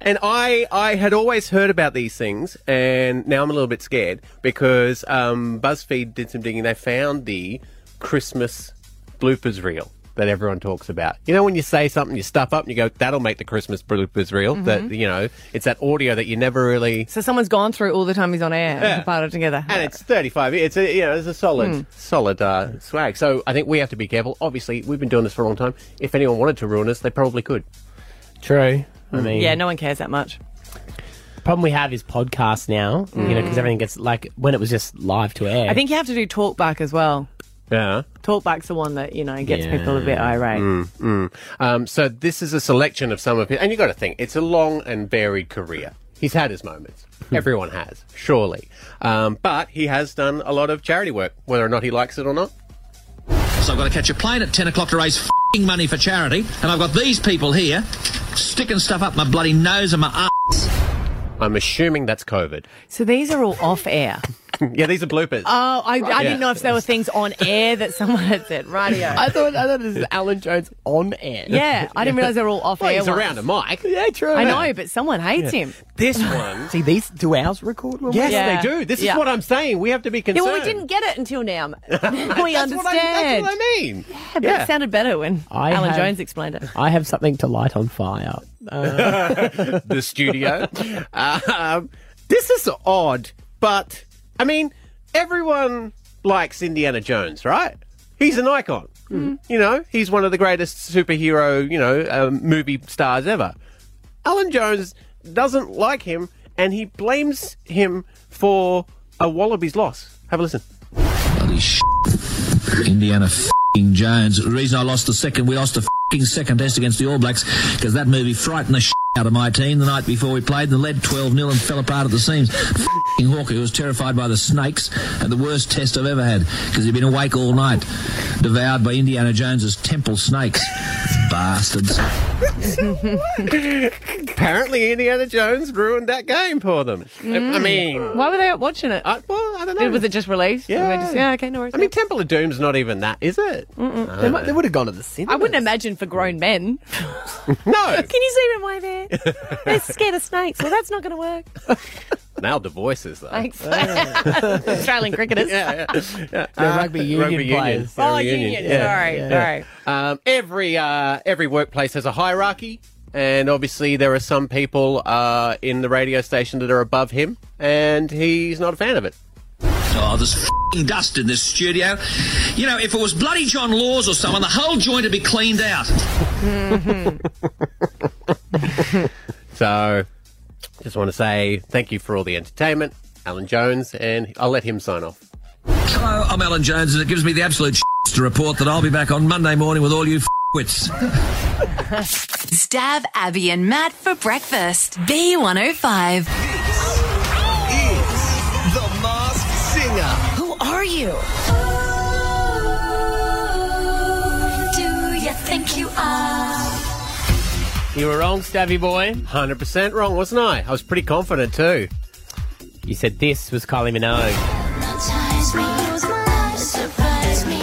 and I, I had always heard about these things, and now I'm a little bit scared because um, BuzzFeed did some digging. They found the Christmas bloopers reel that everyone talks about. You know, when you say something, you stuff up, and you go, "That'll make the Christmas bloopers reel." That you know, it's that audio that you never really. so someone's gone through all the time he's on air Yeah. and parted together. And it's 35. It's a you know, it's a solid, Mm. solid uh, swag. So I think we have to be careful. Obviously, we've been doing this for a long time. If anyone wanted to ruin us, they probably could. Hmm. True. I mean, yeah, no one cares that much. The problem we have is podcasts now. You know, Mm. because everything gets like when it was just live to air. I think you have to do talkback as well. Yeah. Talkback's the one that you know gets people a bit irate. Mm, mm. Um, so this is a selection of some of his, and you got to think it's a long and varied career. He's had his moments. Hmm. Everyone has, surely. Um, but he has done a lot of charity work, whether or not he likes it or not. So I've got to catch a plane at 10 o'clock to raise f***ing money for charity, and I've got these people here sticking stuff up my bloody nose and my ass. I'm assuming that's COVID. So these are all off air. yeah, these are bloopers. Oh, I, I Yeah. didn't know if there were things on air that someone had said. Radio. I thought I thought this is Alan Jones on air. Yeah, I didn't realise they were all off Well, air. he's ones. around a mic. Yeah, true. I know, but someone hates Yeah. him. This one. See, these do ours record? when we- Yes, Yeah. they do. This Yeah. is what I'm saying. We have to be Yeah, concerned. well, we didn't get it until now. we That's understand. what I- that's what I mean. Yeah, but it sounded better when I Alan have- Jones explained it. I have something to light on fire. Uh, the studio. um, this is odd, but I mean, everyone likes Indiana Jones, right? He's an icon. You know, he's one of the greatest superhero, you know, um, movie stars ever. Alan Jones doesn't like him and he blames him for a Wallabies loss. Have a listen. Bloody sh- Indiana f***ing Jones. The reason I lost the second, we lost the f***ing second test against the All Blacks because that movie frightened the sh- out of my team the night before we played and led 12 0 and fell apart at the seams. F***ing Hawker, who was terrified by the snakes and the worst test I've ever had because he'd been awake all night, devoured by Indiana Jones's temple snakes. Bastards. Apparently, Indiana Jones ruined that game for them. Mm. I mean, why were they out watching it? I, well, I don't know. Was it just released? Yeah. They just- yeah. Okay, no worries. I mean, Temple of Doom's not even that, is it? Mm-mm. They, might, they would have gone to the cinema. I wouldn't imagine for grown men. No. Can you see them way there? They're scared of snakes. Well, that's not going to work. Now the voices, though. Thanks. Australian cricketers. Yeah, Uh, yeah. yeah. They're rugby union players. They're Oh, rugby union, sorry, Um, every uh, every workplace has a hierarchy, and obviously there are some people uh, in the radio station that are above him, and he's not a fan of it. Oh, there's f***ing dust in this studio. You know, if it was bloody John Laws or someone, the whole joint would be cleaned out. So, just want to say thank you for all the entertainment, Alan Jones, and I'll let him sign off. Hello, I'm Alan Jones, and it gives me the absolute sh- to report that I'll be back on Monday morning with all you wits. Stab Abby and Matt for breakfast. B105. is the Masked Singer. Who are you? Oh, Do you think you are? You were wrong, Stabby boy. Hundred percent wrong, wasn't I? I was pretty confident too. You said this was Kylie Minogue. Surprise me, use my eyes, surprise me.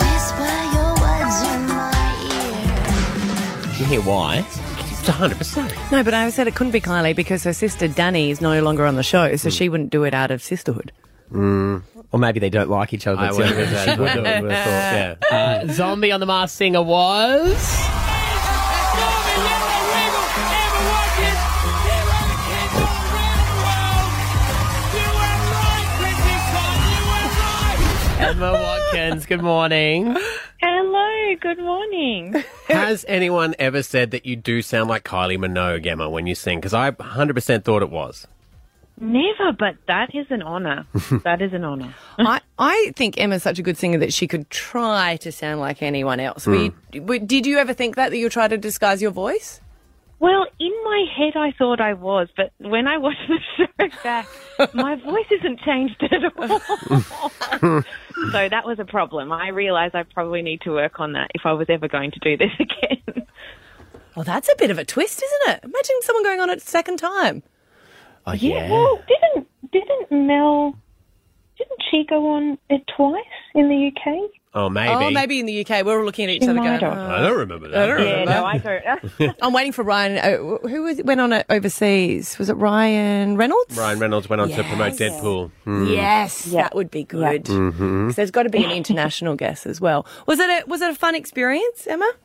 Whisper your words in my ear. You hear why? It's 100%. No, but I always said it couldn't be Kylie because her sister Danny is no longer on the show, so she wouldn't do it out of sisterhood. Hmm. Mm. Or maybe they don't like each other. I so- would have She would have. thought, yeah. Uh, Zombie on the Masked Singer was. Emma Watkins, good morning. Hello, good morning. Has anyone ever said that you do sound like Kylie Minogue, Emma, when you sing? Because I 100% thought it was. Never, but that is an honour. That is an honour. I, I think Emma's such a good singer that she could try to sound like anyone else. Were Hmm. you, were, did you ever think that, that you'll try to disguise your voice? Well, in my head, I thought I was, but when I watched the show back, my voice isn't changed at all. so that was a problem. I realised I probably need to work on that if I was ever going to do this again. Well, Oh, that's a bit of a twist, isn't it? Imagine someone going on it second time. Oh, Well, didn't didn't Mel didn't she go on it twice in the UK? Oh, maybe. Oh, maybe in the UK. We're all looking at each She other might going, have. "Oh." I don't remember that. I don't remember Yeah, no, that. I don't. I'm waiting for Ryan. Oh, who was, went on it overseas? Was it Ryan Reynolds? Ryan Reynolds went on to Yes. promote Deadpool. Yes, that would be good. hmm 'Cause there's got to be an international guest as well. Was it a was it a fun experience, Emma?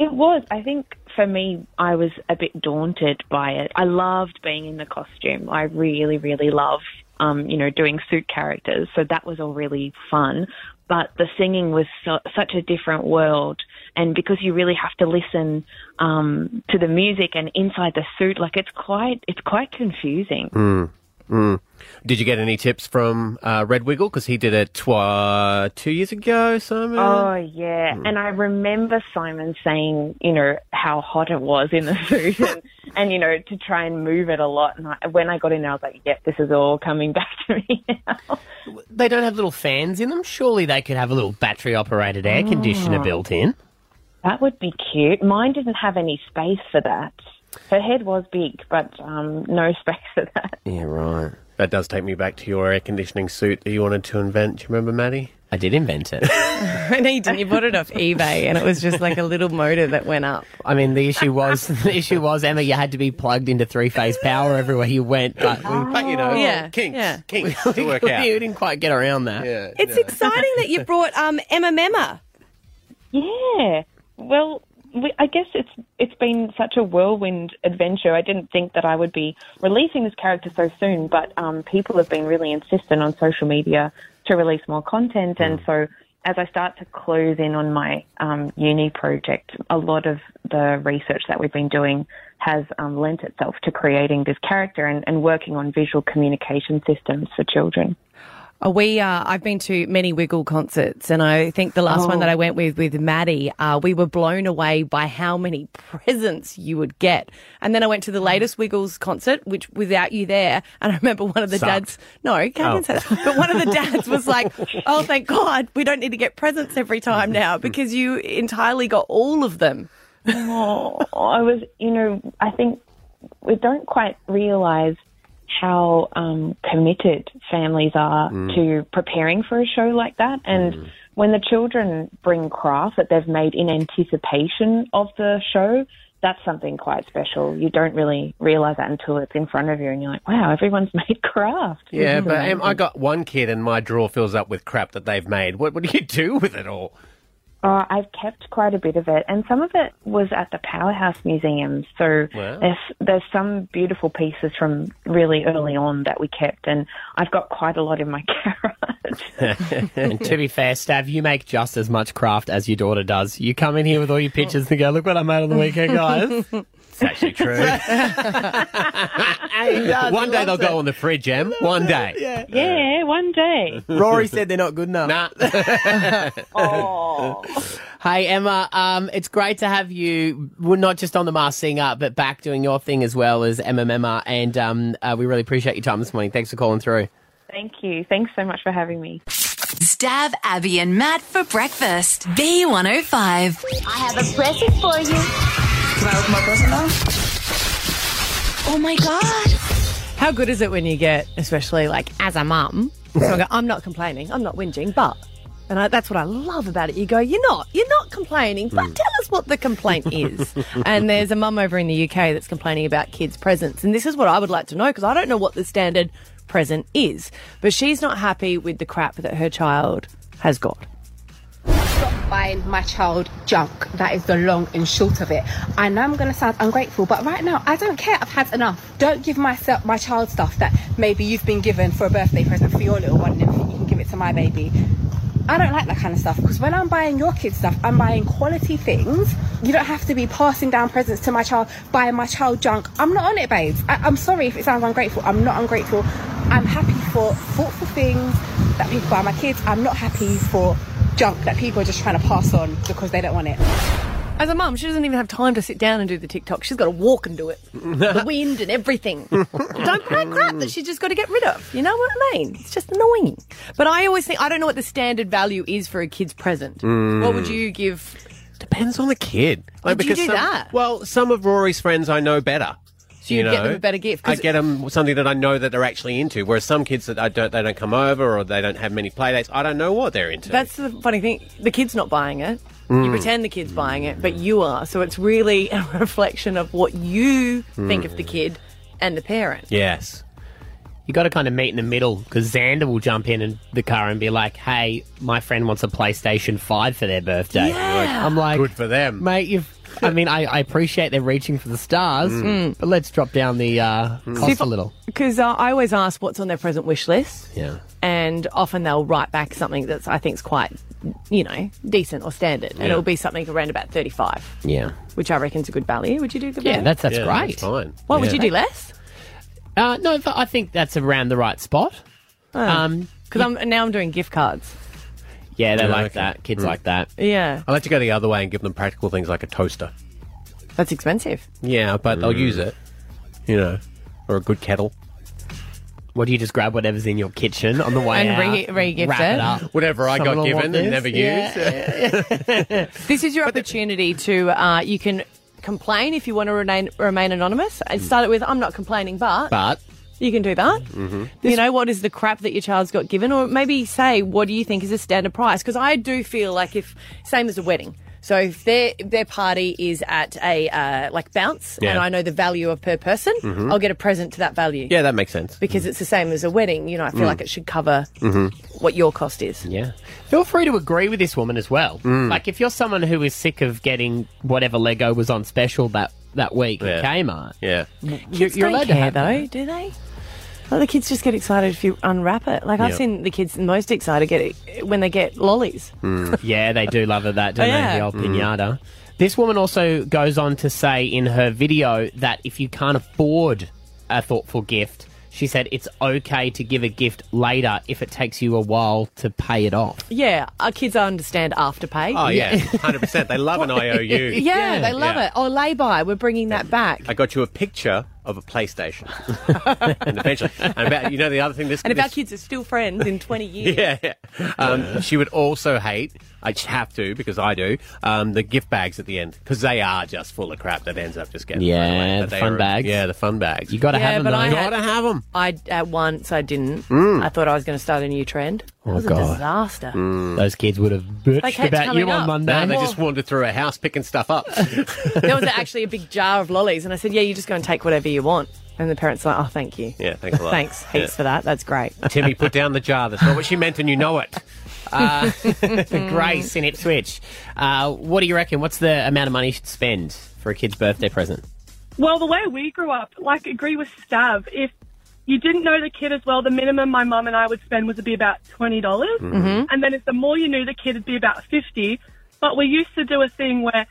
It was. I think for me, I was a bit daunted by it. I loved being in the costume. I really, really love, um, you know, doing suit characters. So that was all really fun. But the singing was so, such a different world. And because you really have to listen um, to the music and inside the suit, like it's quite, it's quite confusing. Mm. Mm. Did you get any tips from uh, Red Wiggle? Because he did it twa two years ago, Simon. Oh yeah, and I remember Simon saying, you know, how hot it was in the suit, and, and you know, to try and move it a lot. And I, when I got in, there, I was like, yep, this is all coming back to me. They don't have little fans in them. Surely they could have a little battery operated air conditioner Ah. built in. That would be cute. Mine didn't have any space for that. Her head was big, but um, no space for that. Yeah, right. That does take me back to your air conditioning suit that you wanted to invent. Do you remember, Maddie? I did invent it. I know you didn't. You bought it off eBay, and it was just like a little motor that went up. I mean, the issue was the issue was Emma, you had to be plugged into three phase power everywhere you went. But we, But you know, Oh. Yeah, kinks, yeah. kinks we, to work we out. didn't quite get around that. Yeah, It's exciting that you brought um, Emma Memma. Yeah. Well, we, I guess it's it's been such a whirlwind adventure. I didn't think that I would be releasing this character so soon, but um, people have been really insistent on social media to release more content, and so as I start to close in on my um, uni project, a lot of the research that we've been doing has um, lent itself to creating this character and, and working on visual communication systems for children. Uh, We, uh, I've been to many Wiggle concerts, and I think the last Oh. one that I went with with Maddie, uh, we were blown away by how many presents you would get. And then I went to Oh. the latest Wiggles concert, which without you there, and I remember one of the Sucked. dads. No, can't Oh. even say that. But one of the dads was like, "Oh, thank God, we don't need to get presents every time now because you entirely got all of them." oh, I was, you know, I think we don't quite realise how um, committed families are Mm. to preparing for a show like that. And when the children bring craft that they've made in anticipation of the show, that's something quite special. You don't really realise that until it's in front of you and you're like, wow, everyone's made craft. This Yeah, is but um, I amazing. got one kid and my drawer fills up with crap that they've made. What, what do you do with it all? Uh, I've kept quite a bit of it, and some of it was at the Powerhouse Museum. So Wow. there's there's some beautiful pieces from really early on that we kept, and I've got quite a lot in my and to be fair, Stav, you make just as much craft as your daughter does. You come in here with all your pictures and go, look what I made on the weekend, guys. It's actually true. does, he one day loves they'll go on the fridge, Em. One day. yeah, yeah, one day. Rory said they're not good enough. Nah. Hey, Emma, um, it's great to have you. We're not just on the Mars Singer, but back doing your thing as well as MMMR. And um, uh, we really appreciate your time this morning. Thanks for calling through. Thank you. Thanks so much for having me. Stab Abby and Matt for breakfast. B105. I have a present for you. Can I open my present now? Oh my god! How good is it when you get, especially like as a mum? someone go, I'm not complaining. I'm not whinging, but. And I, that's what I love about it. You go, you're not, you're not complaining, but tell us what the complaint is. and there's a mum over in the UK that's complaining about kids' presents, and this is what I would like to know because I don't know what the standard present is. But she's not happy with the crap that her child has got. buying my child junk. That is the long and short of it. I know I'm going to sound ungrateful, but right now I don't care. I've had enough. Don't give myself my child stuff that maybe you've been given for a birthday present for your little one, and you can give it to my baby. I don't like that kind of stuff because when I'm buying your kids stuff, I'm buying quality things. You don't have to be passing down presents to my child, buying my child junk. I'm not on it, babes. I- I'm sorry if it sounds ungrateful. I'm not ungrateful. I'm happy for thoughtful things that people buy my kids. I'm not happy for junk that people are just trying to pass on because they don't want it. As a mum, she doesn't even have time to sit down and do the TikTok. She's got to walk and do it. the wind and everything. don't buy crap that she's just got to get rid of. You know what I mean? It's just annoying. But I always think, I don't know what the standard value is for a kid's present. Mm. What would you give? Depends on the kid. Would you do some, that? Well, some of Rory's friends I know better. So you'd get them a better gift, I 'cause- get them something that I know that they're actually into. Whereas some kids that I don't, they don't come over or they don't have many playdates. I don't know what they're into. That's the funny thing. The kid's not buying it. You Mm. pretend the kid's buying it, but you are. So it's really a reflection of what you think of the Hmm. kid and the parent. Yes. You got to kind of meet in the middle because Xander will jump in in the car and be like, "Hey, my friend wants a PlayStation Five for their birthday." Yeah. I'm like, "Good for them, mate." You've, I mean, I, I appreciate they're reaching for the stars, Mm. but let's drop down the uh, Mm. See cost if- a little. Because uh, I always ask what's on their present wish list. Yeah. And often they'll write back something that's I think is quite, you know, decent or standard, and Yeah. it'll be something around about thirty-five, Yeah. which I reckon is a good value. Would you do the Yeah, value? that's that's great. What would you do less? Uh, no, but I think that's around the right spot. Um, because I'm now Oh. I'm doing gift cards. Yeah, they Yeah, like okay. that. Kids Mm. like that. Yeah, I'll have to go the other way and give them practical things like a toaster. Mm. that's expensive. Yeah, but they'll use it. You know, or a good kettle. What do you just grab whatever's in your kitchen on the way And re- out, re-gift wrap it? up. Whatever I got Someone will given want and this. never Yeah. used. This is your opportunity to uh, you can complain if you want to remain remain anonymous. And start it with I'm not complaining, but Hmm. But you can do that. Mm-hmm. you know what is the crap that your child's got given or maybe say what do you think is a standard price because i do feel like if same as a wedding so if their if their party is at a uh, like bounce and Yeah. i know the value of per person Mm-hmm. Mhm. i'll get a present to that value Yeah, that makes sense. because it's the same as a wedding you know i feel Mm. like it should cover Mhm. Mm-hmm. what your cost is Yeah. Feel free to agree with this woman as well. Mm. Like, if you're someone who is sick of getting whatever Lego was on special that, that week at Kmart, Yeah. you're, Kids you're don't allowed care to have though that. do they Like the kids just get excited if you unwrap it. Like I've Yep. seen the kids most excited get when they get lollies. yeah, they do love it, that, don't Yeah. they? The old Mm. pinata. This woman also goes on to say in her video that if you can't afford a thoughtful gift, she said it's okay to give a gift later if it takes you a while to pay it off. Yeah, our kids understand afterpay. Oh yeah, hundred percent. They love an IOU. Yeah, they love Yeah. it. Or lay by, we're bringing that back. I got you a picture of a PlayStation, and eventually, and about, you know the other thing this And if our this- kids are still friends in 20 years. Yeah, yeah. Um, she would also hate. I just have to because I do um, the gift bags at the end because they are just full of crap that ends up just getting. thrown away. Yeah, But the they fun are- bags. Yeah, the fun bags. You gotta yeah, but I had, gotta have them. I at once I didn't. Mm. I thought I was going to start a new trend. Oh, it was God. a disaster. Those kids would have They bitched kept about you coming on up. Monday. No, they Well- just wandered through a house picking stuff up. there was actually a big jar of lollies, and I said, "Yeah, you just go and take whatever you want." And the parents are like, "Oh, thank you." Yeah, thanks a lot. Thanks heaps Yeah. for that. That's great. Timmy, put down the jar. That's not what she meant, and you know it. Uh, Grace in Ipswich. Uh, what do you reckon? What's the amount of money you should spend for a kid's birthday present? Well, the way we grew up, like agree with Stav, if you didn't know the kid as well, the minimum my mum and I would spend would be about twenty dollars, Mhm. and then if the more you knew the kid, it'd be about fifty. But we used to do a thing where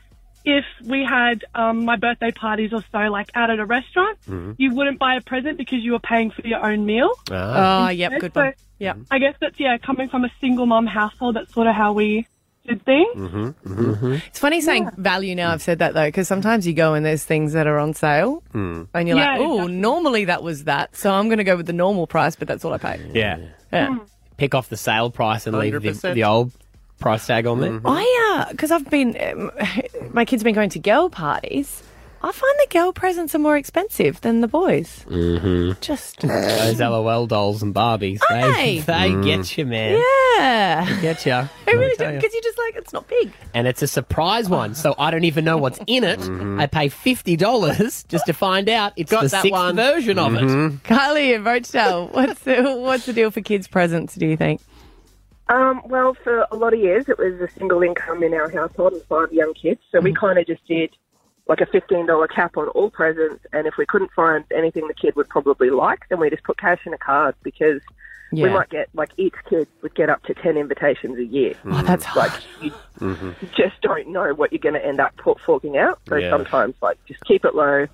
if we had um, my birthday parties or so, like out at a restaurant, Mm-hmm. Mm-hmm. Mhm. you wouldn't buy a present because you were paying for your own meal. Ah. Ah, yep, Instead. good one. So Yep. I guess that's yeah, coming from a single mum household, that's sort of how we did things. Mm-hmm. It's funny saying value now. I've said that though, because sometimes you go and there's things that are on sale, and you're Yeah, like, "Oh, normally that was that, so I'm going to go with the normal price, but that's all I paid." Yeah. Yeah. Pick off the sale price and leave the, 100%. the old price tag on there. I, uh, because I've been, um, my kids have been going to girl parties. I find the girl presents are more expensive than the boys. Mm-hmm. Just Those LOL dolls and Barbies. They, Aye. they Mm. get you, man. yeah. They get you. I really do because you're just like it's not big. And it's a surprise one, so I don't even know what's in it. I pay fifty dollars just to find out it's Got the that sixth one. version of it. Kylie and Roachdale, what's the what's the deal for kids' presents? Do you think? Um, well, for a lot of years, it was a single income in our household and five young kids. So we kind of just did like a $15 cap on all presents. And if we couldn't find anything the kid would probably like, then we just put cash in a card because we Yeah. might get like each kid would get up to 10 invitations a year. Oh, that's like you just don't know what you're going to end up put forking out. So Yeah. sometimes like just keep it low,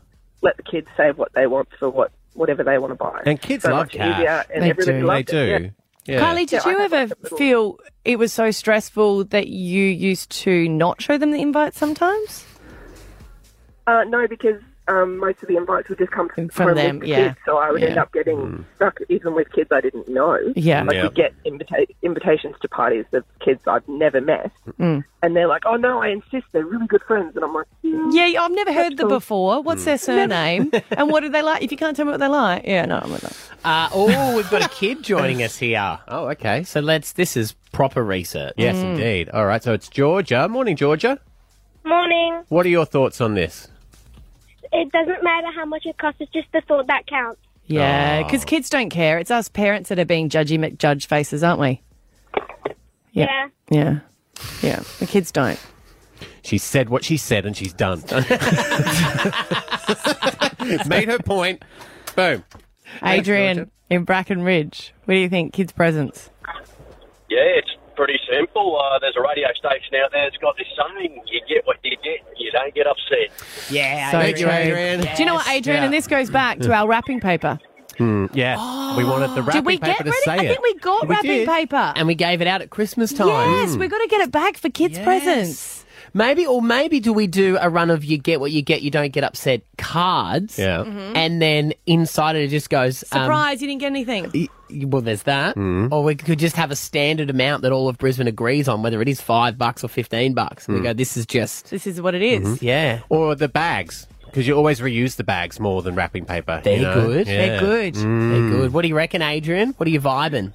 let the kids save what they want for what whatever they want to buy. And kids so love much cash. Easier, and They everybody do. loved They it, do. yeah. Kylie, did Yeah, you I- ever feel it was so stressful that you used to not show them the invite sometimes? Uh, no, because um, most of the invites would just come from, From with them, the yeah. kids, so I would end Yeah. up getting Mm. stuck even with kids I didn't know. Yeah. like Yeah. you get invita- invitations to parties of kids I've never met, Mm. and they're like, "Oh no, I insist, they're really good friends," and I'm like, Yeah, I've never heard them cool. before. What's their surname? and what do they like? If you can't tell me what they like, yeah, no, I'm with that. Uh, oh, we've got a kid joining us here. Oh, okay. So let's. This is proper research. Yes, indeed. All right, so it's Georgia. Morning, Georgia. Morning. What are your thoughts on this? It doesn't matter how much it costs, it's just the thought that counts. Yeah, because kids don't care. It's us parents that are being judgy McJudge faces, aren't we? Yeah. Yeah. Yeah. The kids don't. She said what she said, and she's done. Made her point. Boom. Adrian in Brackenridge, what do you think? Kids' presents. Yeah, it's pretty simple. Uh, there's a radio station out there that's got this saying: "You get what you get. You don't get upset." Yeah, So true. Do you know what, Adrian? And this goes back to our wrapping paper. Hmm, yeah, we Oh. wanted the wrapping Did we paper get to ready? say I it. think we got We wrapping did. paper. And we gave it out at Christmas time. Yes, Mm. we've got to get it back for kids' presents. Maybe, or maybe do we do a run of you get what you get, you don't get upset cards? Yeah. Mhm. And then inside it, it just goes um, Mm-hmm. Surprise, you didn't get anything. y- y- well, there's that. Mm. Or we could just have a standard amount that all of Brisbane agrees on, whether it is five bucks or 15 bucks. And we Mm. go, this is just. This is what it is. Mhm. Yeah. Or the bags, because you always reuse the bags more than wrapping paper. They're you know? good. Yeah. They're good. Mm. They're good. What do you reckon, Adrian? What are you vibing?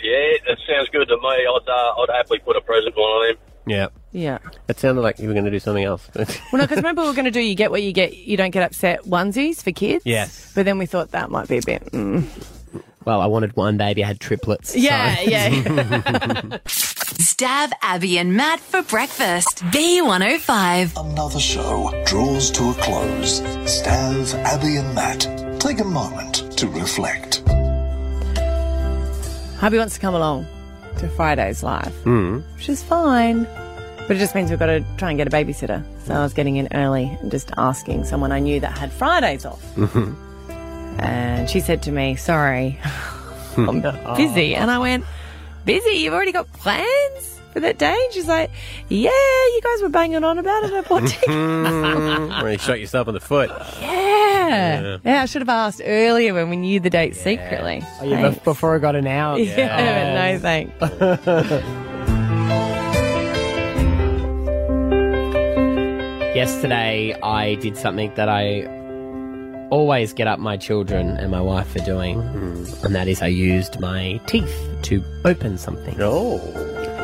Yeah, that sounds good to me. I'd, uh, I'd happily put a present one on him. Yeah. Yeah. It sounded like you were going to do something else. Well, no, because remember we were going to do you get what you get, you don't get upset onesies for kids. Yes. But then we thought that might be a bit. Well, I wanted one baby. I had triplets. Mm. Yeah, so. yeah. Stab Abby and Matt for breakfast. B105. Another show draws to a close. Stav, Abby, and Matt take a moment to reflect. Hubby wants to come along to Friday's live, Hmm. Mm. which is fine. But it just means we've got to try and get a babysitter. So I was getting in early and just asking someone I knew that had Fridays off. Hmm. And she said to me, Sorry, I'm busy. And I went, Busy? You've already got plans for that day? And she's like, Yeah, you guys were banging on about it. I bought tickets. Hmm. Where you shot yourself in the foot. Yeah. Yeah. yeah. I should have asked earlier when we knew the date secretly. Oh, yeah, bef- before I got an hour. Yeah, no thanks. Yesterday, I did something that I always get up my children and my wife for doing, Hmm. and that is I used my teeth to open something. Oh.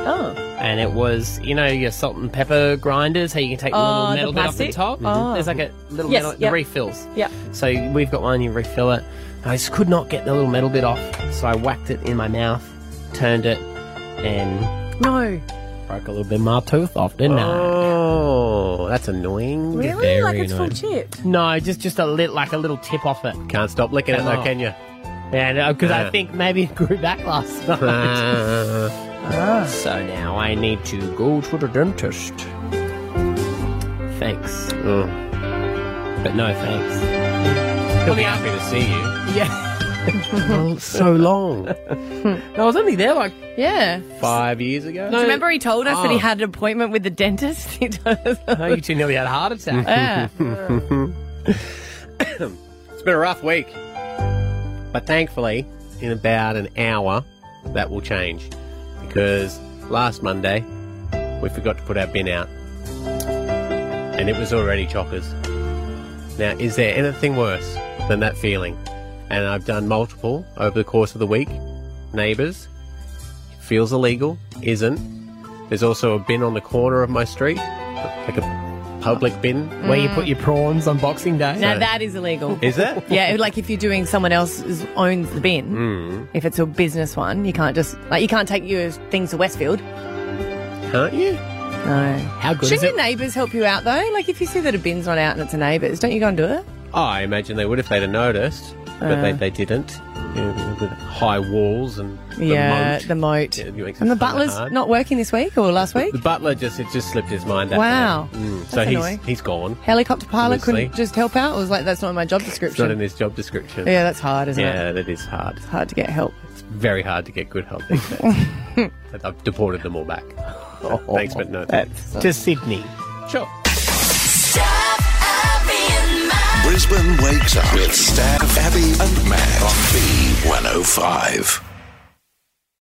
Oh. And it was, you know, your salt and pepper grinders, how you can take the Oh, the little metal bit off the plastic? top. Oh. There's like a little Yes, metal, yep. the refills. Yep. So we've got one, you refill it. I just could not get the little metal bit off, so I whacked it in my mouth, turned it, and no, broke a little bit of my tooth off, didn't Oh, that's annoying. Really? Very Like it's full annoying. annoying. I? No, just just a lit like a little tip off it. Can't stop licking it Come though, on. can you? Yeah, because I Yeah. think maybe it grew back last night. Ah. So now I need to go to the dentist. Thanks. Mm. But no thanks. He'll be happy to see you. Yeah. so long. no, I was only there like Yeah. Five years ago. Do you remember he told us that he Oh. had an appointment with the dentist? He told us No, you two nearly had a heart attack. Yeah. Ah. it's been a rough week. But thankfully, in about an hour, that will change. Because last Monday, we forgot to put our bin out. And it was already chockers. Now, is there anything worse than that feeling? And I've done multiple over the course of the week. Neighbours, feels illegal, isn't. There's also a bin on the corner of my street, like a public bin. Where you put your prawns on Boxing Day. Now that is illegal. Is it? Yeah, like if you're doing someone else's owns the bin. Mm. Mm-hmm. If it's a business one, you can't just like you can't take your things to Westfield. Can't you? No. How good Shouldn't is your it? neighbours help you out though? Like if you see that a bin's not out and it's a neighbour's, don't you go and do it? Oh, I imagine they would if they'd have noticed, but Uh. they, they didn't. You know, with high walls and the yeah, moat. the moat. Yeah, it makes it and the kinda butler's hard. not working this week or last week. The butler just it just slipped his mind. That Wow. day. Mm, so That's he's annoying. he's gone. Helicopter pilot couldn't Obviously. just help out. It was like that's not in my job It's not description. in his job description. Yeah, that's hard, isn't it? Yeah, that is hard. It's hard to get help. It's very hard to get good help these days. I've deported them all back. Oh, Thanks, but no thanks. To Sydney. Sure. oh Brisbane wakes up with Stav, Abby, and Matt on B105.